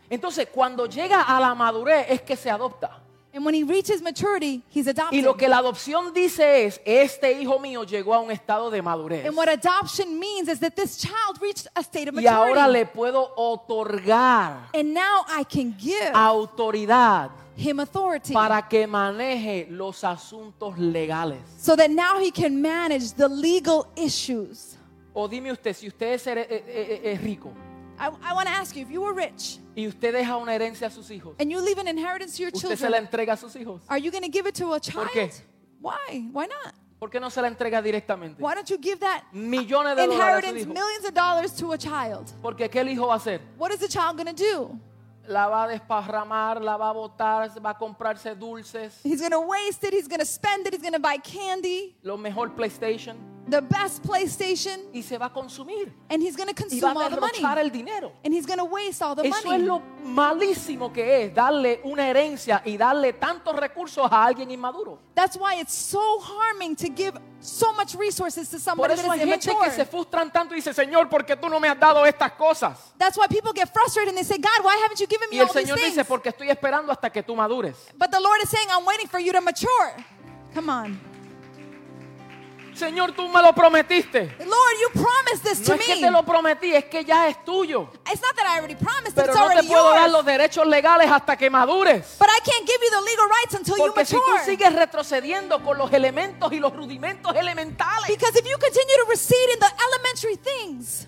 Entonces, cuando llega a la madurez es que se adopta.
And when he reaches maturity, he's
Y
adopted.
lo que la adopción dice es, este hijo mío llegó a un estado de madurez.
and what adoption means is that this child reached a state of
Y ahora
maturity.
le puedo otorgar
And now I can give
autoridad
him authority
Ah, para que maneje los asuntos legales.
so that now he can manage the legal issues.
O dime usted, si usted es, here- eh, eh, eh, es rico
I, I want to ask you if you were rich
y usted deja una herencia a sus hijos,
and you leave an inheritance to your
¿usted se la
children,
entrega a sus hijos?
are you going to give it to a
¿Por qué?
child? Why? Why not?
¿Por qué no se la entrega directamente?
Why don't you give that
Millones de dólares a su
inheritance,
hijo.
millions of dollars to a child?
Porque ¿qué el hijo va a hacer?
What is the child going to do?
La va a desparramar, la va a botar, va a comprarse dulces,
He's going to waste it. He's going to spend it. He's going to buy candy,
lo mejor PlayStation
the best PlayStation,
y se va a consumir.
and he's going to
Y
consume
va a
all the money.
derrochar el dinero.
And he's going to waste all the
Eso es
money.
lo malísimo que es darle una herencia y darle tantos recursos a alguien inmaduro.
That's why it's so harming to give so much resources to
Por
somebody
eso
that
hay
is
gente que se
immature.
frustran tanto y dice, Señor, ¿por qué tú no me has dado estas cosas?
That's why people get frustrated and they say, God, why haven't you given
Y
me
el
all these
Señor dice,
things?
porque estoy esperando hasta que tú madures.
But the Lord is saying, I'm waiting for you to mature. Come on.
Señor, tú me lo prometiste.
Lord, you promised this to
No es que
me.
te lo prometí, es que ya es tuyo.
It's not that I already promised, it,
Pero
it's
no te
already
puedo dar
yours.
los derechos legales hasta que madures.
But I can't give you the legal rights until you
Porque si tú
mature.
sigues retrocediendo con los elementos y los rudimentos elementales,
Because if you continue to recede in the elementary things,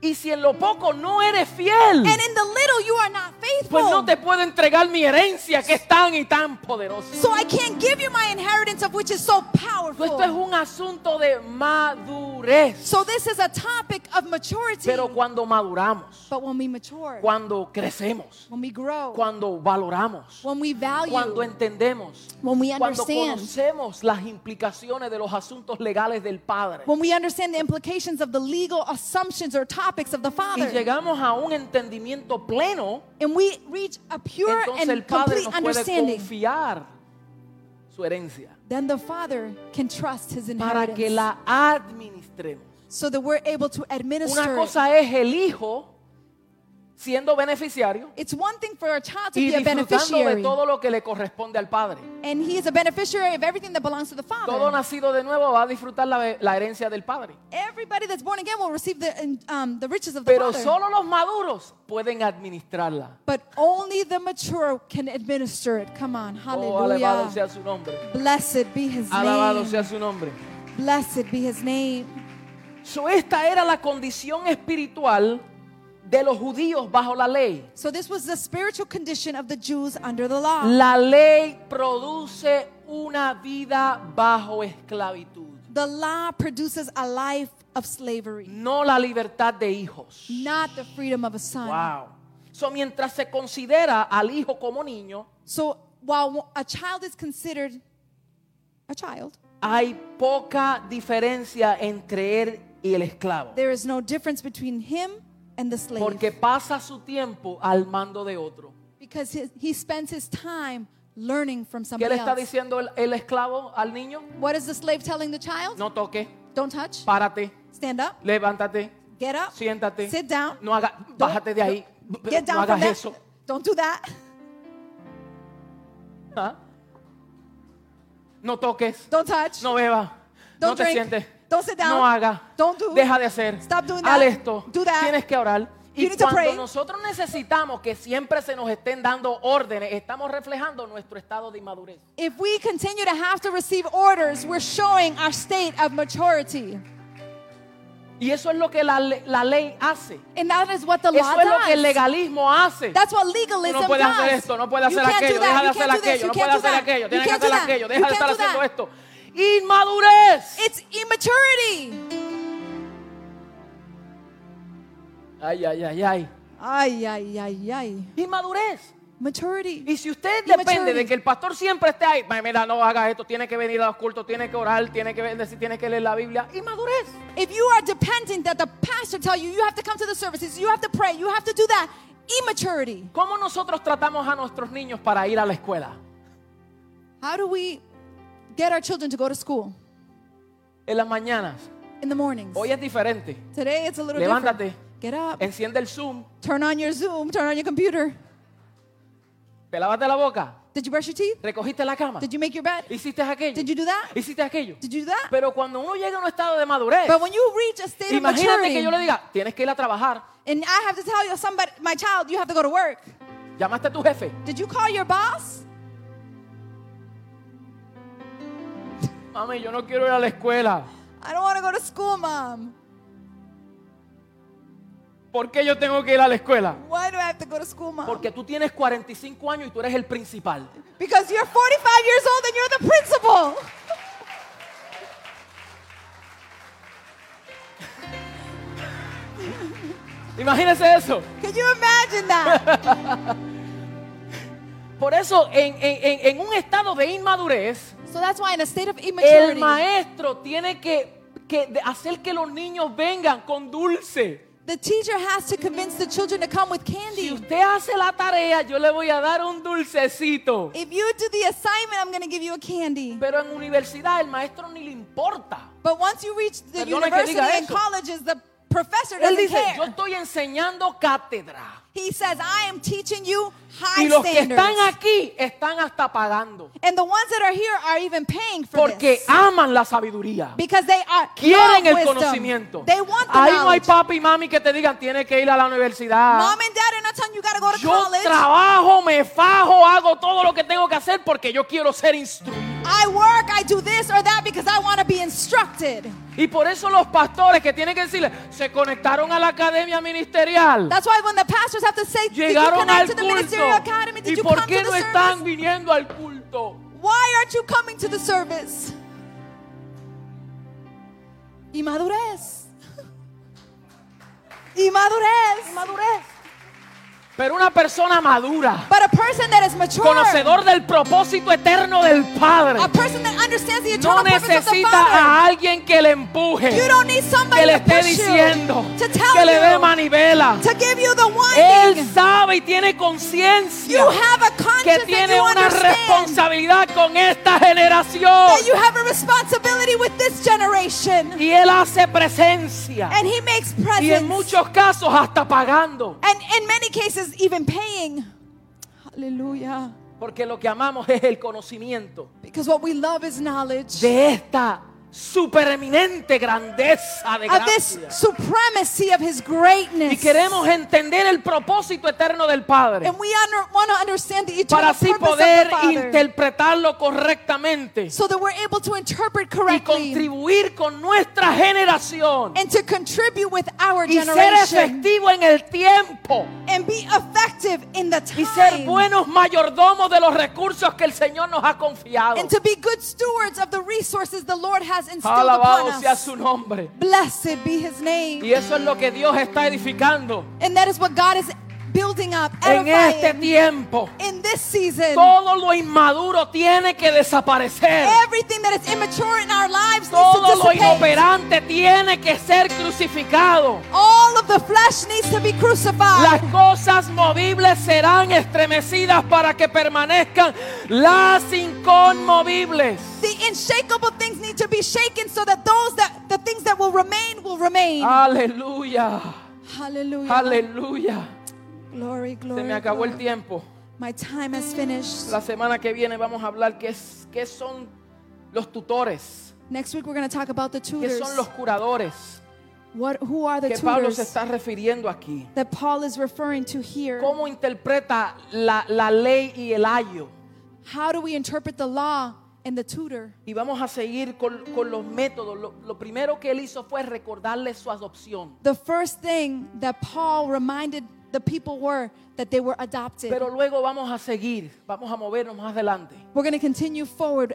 y si en lo poco no eres fiel,
and in the little you are not faithful,
pues no te puedo entregar mi herencia que es tan y tan poderosa.
so I can't give you my inheritance of which is so powerful.
Esto es un asunto de madurez.
So this is a topic of maturity.
Pero cuando maduramos,
but when we mature,
cuando crecemos,
when we grow,
cuando valoramos,
when we value,
cuando entendemos,
when we
cuando
understand,
conocemos las implicaciones de los asuntos legales del Padre
when we understand the implications of the legal assumptions or topics of the
y
Father,
llegamos a un entendimiento pleno,
and we reach a pure
entonces el Padre
and complete
nos puede
understanding,
confiar su herencia
then the Father can trust His
para que
inheritance
la administremos.
so that we're able to
Una
administer it.
cosa es el hijo siendo beneficiario
It's one thing for a child to
y
be a
disfrutando de
beneficiary,
todo lo que le corresponde al Padre.
and he is a beneficiary of everything that belongs to the
Todo
Father.
nacido de nuevo va a disfrutar la, la herencia del Padre.
Everybody that's born again will receive the, um, the riches of the
Pero
Father.
solo los maduros pueden administrarla.
But only the mature can administer it. Come on,
Oh, alabado
hallelujah.
sea su nombre.
Blessed be his
Alabado
name.
sea su nombre.
Blessed be his name.
So, esta era la condición espiritual de los judíos bajo la ley.
So this was the spiritual condition of the Jews under the law.
La ley produce una vida bajo esclavitud,
The law produces a life of slavery,
no la libertad de hijos.
not the freedom of a son.
Wow. So, mientras se considera al hijo como niño,
So while a child is considered a child,
hay poca diferencia entre él y el esclavo.
there is no difference between him and the slave
Porque pasa su tiempo al mando de otro.
because his- he spends his time learning from
¿Qué
somebody
le está
else.
diciendo el, el esclavo al niño?
What is the slave telling the child?
No toque,
Don't touch.
párate,
Stand up.
levántate,
Get up.
siéntate.
Sit down.
No haga,
Don't-
bájate de ahí.
don't-
no
Get down from
hagas
that.
eso.
Don't do that.
¿Ah? No toques,
Don't touch.
no bebas, no
Don't
te
drink.
sientes,
Don't sit down.
no haga,
Don't do.
deja de hacer,
Stop doing
haz
that.
esto,
Do that.
tienes que orar. Y
You need to
cuando
pray.
nosotros necesitamos que siempre se nos estén dando órdenes, estamos reflejando nuestro estado de inmadurez.
If we continue to have to receive orders, we're showing our state of maturity.
Y eso es lo que la, le- la ley hace.
And that is what the law
Eso es lo que el
does.
legalismo hace.
That's what
Tú
legalism
no puedes
does.
hacer esto, no puedes
you
hacer
can't
aquello,
do that.
deja de
you
hacer
can't do this.
aquello, no
You can't
puedes hacer
do that.
aquello,
you
tienes que
can't
hacer
do that.
aquello,
you
deja de
can't
estar
do that.
haciendo esto. Inmadurez.
It's immaturity.
Ay, ay, ay, ay.
Ay, ay, ay, ay.
Inmadurez.
Maturity.
Y si usted
Immaturity.
depende de que el pastor siempre esté ahí, "Ay, mira, no hagas esto, tiene que venir a los cultos, tiene que orar, tiene que bendecir, tiene que leer la Biblia. Inmadurez.
If you are dependent that the pastor tell you, you have to come to the services, you have to pray, you have to do that. Immaturity.
¿Cómo nosotros tratamos a nuestros niños para ir a la escuela?
How do we get our children to go to school
En las mañanas.
in the mornings?
Hoy es diferente.
Today it's a little
Levántate,
different. Get up.
enciende el Zoom,
Turn on your Zoom. Turn on your computer.
te lavaste la boca,
Did you brush your teeth?
recogiste la cama,
Did you make your bed?
hiciste aquello,
Did you do that?
hiciste aquello.
Did you do that?
Pero cuando uno llega a un estado de madurez,
But when you reach a state of
imagínate
maturity,
que yo le diga, tienes que ir a trabajar,
and I have to tell you, somebody, my child, you have to go to work.
llamaste a tu jefe,
Did you call your boss?
mami, yo no quiero ir a la escuela,
I don't want to go to school, mom.
¿por qué yo tengo que ir a la escuela?
Why do I have to go to school, mom?
Porque tú tienes 45 años y tú eres el principal.
Because you're 45 years old and you're the principal.
Imagínense eso.
Can you imagine that?
Por eso, en, en- en- en un estado de inmadurez,
so that's why in a state of
el
immaturity,
maestro tiene que, que de- hacer que los niños vengan con dulce.
the teacher has to convince the children to come with
Si
candy.
usted hace la tarea, yo le voy a dar un dulcecito.
If you do the assignment, I'm going to give you a candy.
Pero en universidad el maestro ni le importa.
But once you reach the
Perdone que diga
university and
eso.
colleges, the professor
Él
doesn't
dice, yo
care.
estoy enseñando cátedra.
He says, I am teaching you
Y
high
los que están
standards.
aquí están hasta pagando.
And the ones that are here are even paying for
Porque
this.
aman la sabiduría.
Because they are
Quieren
love
el
wisdom.
conocimiento.
They want the
Ahí no hay
knowledge.
papi y mami que te digan, tienes que ir a la universidad.
Mom and dad are not telling you got to go to
Yo
college.
trabajo, me fajo, hago todo lo que tengo que hacer porque yo quiero ser instruido.
I work, I do this or that because I want to be instructed.
Y por eso los pastores que tienen que decirle, se conectaron a la academia ministerial.
That's why when the pastors have to say, Did you
Llegaron al
connect to the
culto.
ministerial academy?
¿Y
Did you
por
come to
qué
the
no
service?
están viniendo al culto?
Why aren't you coming to the service? Inmadurez. Inmadurez. Inmadurez.
Pero una persona madura,
But a person that is mature,
conocedor del propósito eterno del Padre,
a person that understands the
no
eternal purpose of the
necesita
Father,
a alguien que le empuje,
you don't need somebody
que le
to
esté
push
diciendo,
you, to tell
que le dé
you,
manivela.
to give you the
Él
winding.
sabe y tiene conciencia
You have a
que
conscience that
tiene
you
una
understand
responsabilidad con esta generación
that you have a responsibility with this generation,
y él hace presencia
and He makes
y en
presence,
muchos casos hasta pagando
and in many cases even paying. Hallelujah!
porque lo que amamos es el conocimiento
Because what we love is knowledge of
de esta supereminente grandeza de
this
gracia
supremacy of His
y
greatness,
queremos entender el propósito eterno del Padre
and we under, want to understand the
para
eternal
así
purpose
poder
of the Father,
interpretarlo correctamente
so that we're able to interpret
y
correctly
contribuir con nuestra generación
and to contribute with our
y ser
generation.
efectivo en el tiempo
and be effective in the time
y ser buenos mayordomos de los recursos que el Señor nos ha confiado.
and to be good stewards of the resources the Lord has instilled
Alabado
upon
sea
us.
su nombre.
Blessed be his name.
Y eso es lo que Dios está edificando
And that is what God is building up,
en este
edifying
tiempo.
in this season.
Todo lo inmaduro tiene que desaparecer.
Everything that is immature in our lives
Todo lo
needs to dissipate.
inoperante tiene que ser crucificado.
All of the flesh needs to be
Las
crucified.
cosas movibles serán estremecidas para que permanezcan las inconmovibles.
The unshakable things need to be shaken so that those that the things that will remain will remain.
Ah. Aleluya.
Hallelujah.
Aleluya.
Glory, glory.
Se me acabó el
glory.
tiempo.
My time has finished.
La semana que viene vamos a hablar qué, es- qué son los tutores,
Next week we're going to talk about the
qué
tutors.
son los curadores,
What, who are the
que Pablo se
tutors
está refiriendo aquí.
that Paul is referring to here?
¿Cómo interpreta la, la ley y el ayo?
How do we interpret the law and the tutor?
Y vamos a seguir con, con los métodos. Lo, lo primero que él hizo fue recordarle su adopción.
The first thing that Paul reminded the people were that they were adopted.
Pero luego vamos a seguir, vamos a movernos más adelante.
We're going to continue forward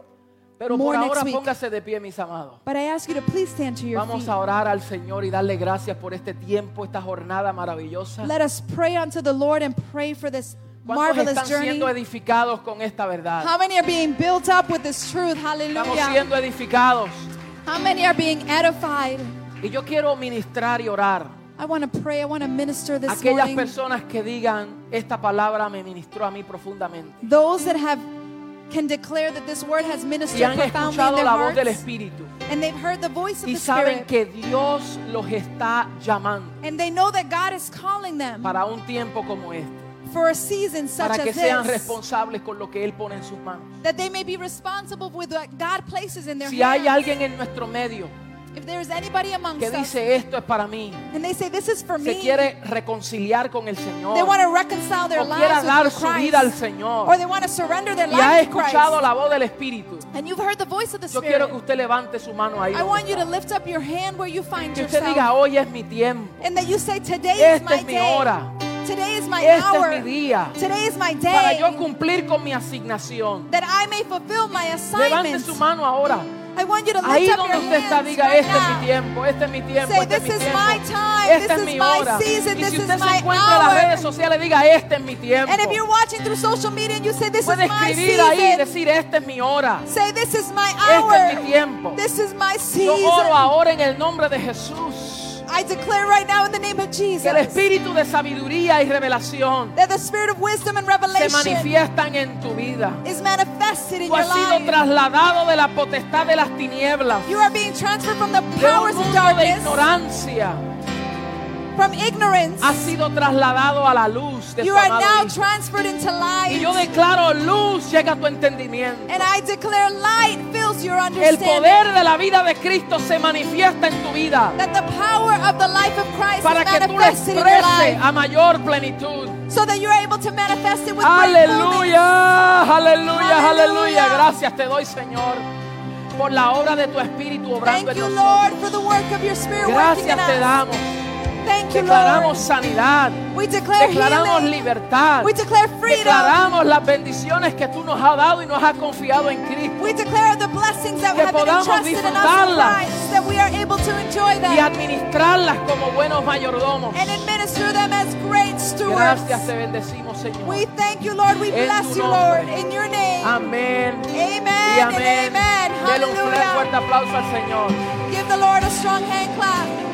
Pero por
more
ahora
next week.
póngase de pie, mis amados.
But I ask you to please stand to your
Vamos
feet.
a orar al Señor y darle gracias por este tiempo, esta jornada maravillosa.
Let us pray unto the Lord and pray for this
¿Cuántos
marvelous
están
journey.
siendo edificados con esta
How
verdad?
many are being built up with this truth?
Estamos
Hallelujah.
siendo edificados.
How many are being edified?
Y yo quiero ministrar y orar
I want to pray. I want to minister
a
this
aquellas
morning.
personas que digan, esta palabra me ministró a mí profundamente.
Those that have can declare that this word has
Y
ministered
han
profoundly in
escuchado
their
la voz del
hearts,
Espíritu.
and they've heard the voice of
Y
the
saben
Spirit,
que Dios los está llamando
and they know that God is calling them
para un tiempo como este.
for a season such
Para que
as
sean
this,
responsables con lo que Él pone en sus manos.
that they may be responsible with what God places in their
Si hay
hands.
alguien en nuestro medio
If there is anybody amongst
que
us,
dice esto es para mí,
and they say, "This is for
se
me," they
quiere reconciliar con el Señor,
want to reconcile their
o quiera
lives
dar
with
su vida al
Christ,
Señor
or they want to surrender their
y ha
life to
escuchado
Christ,
la voz del Espíritu,
and you've heard the voice of the
yo quiero
Spirit.
que usted levante su mano ahí.
I
donde
want you
está.
to lift up your hand where you find
Que usted diga,
yourself,
hoy es mi tiempo,
and that you say, "Today is
esta
my
es mi
day."
hora,
Today is my
este
hour.
es mi día,
Today is my
para yo
day.
cumplir con mi asignación.
That I may fulfill my assignment.
Levante su mano ahora.
I want you to lift
Ahí
up
donde
your
usted está,
hands
diga,
right
este es
now.
mi tiempo, este es mi tiempo,
Say,
este es mi
"This is
tiempo,
my time,
esta
this
es
is
mi
my
hora.
season,
y
this
si
is
usted se
my
encuentra en las
hour.
redes sociales, diga, este es mi tiempo.
And if you're watching through social media and you say, This is
Puede
my
escribir ahí y
season,
decir, esta es mi hora.
say, This is my
Este es mi
hour.
tiempo.
This is my
Yo oro
season.
ahora en el nombre de Jesús.
I declare right now in the name of Jesus
Que el espíritu de sabiduría y revelación
that the spirit of wisdom and
se
revelation
manifiestan en tu vida.
is manifested in
Tú
your
has sido
life.
trasladado de la potestad de las tinieblas,
You are being transferred from the
de un
powers of
mundo de
darkness,
ignorancia.
from ignorance.
Has sido trasladado a la luz de
You
tu
are
amado
now
Hijo.
transferred into
Y yo
light.
declaro luz llega a tu entendimiento.
And I declare light fills your
El
understanding.
poder de la vida de Cristo se manifiesta en tu vida
That the power of the life of Christ
para
is
que tú lo
manifested in your
expreses
life.
a mayor plenitud.
So that you're able to manifest it with great boldness.
Aleluya, aleluya, aleluya.
Aleluya.
Gracias te doy, Señor, por la obra de tu Espíritu obrando en
Thank you, Lord, for
nosotros.
the work of your Spirit working in
Gracias te
us.
damos.
Thank you,
Declaramos
Lord.
sanidad,
We declare
declaramos
healing.
libertad,
We declare freedom.
declaramos las bendiciones que tú nos has dado y nos has confiado en Cristo
We declare the blessings that
Que
have been
podamos
entrusted in us in
disfrutarlas.
Christ, that we are able to enjoy
y
them
administrarlas como buenos mayordomos.
and administer them as great
Gracias te
stewards.
bendecimos, Señor.
We thank you, Lord. We
En
bless
tu
you, Lord,
nombre.
in your name.
Amén. Y
Amen and
amén.
amen.
Dele un fuerte
Hallelujah.
aplauso al Señor.
Give the Lord a strong hand clap.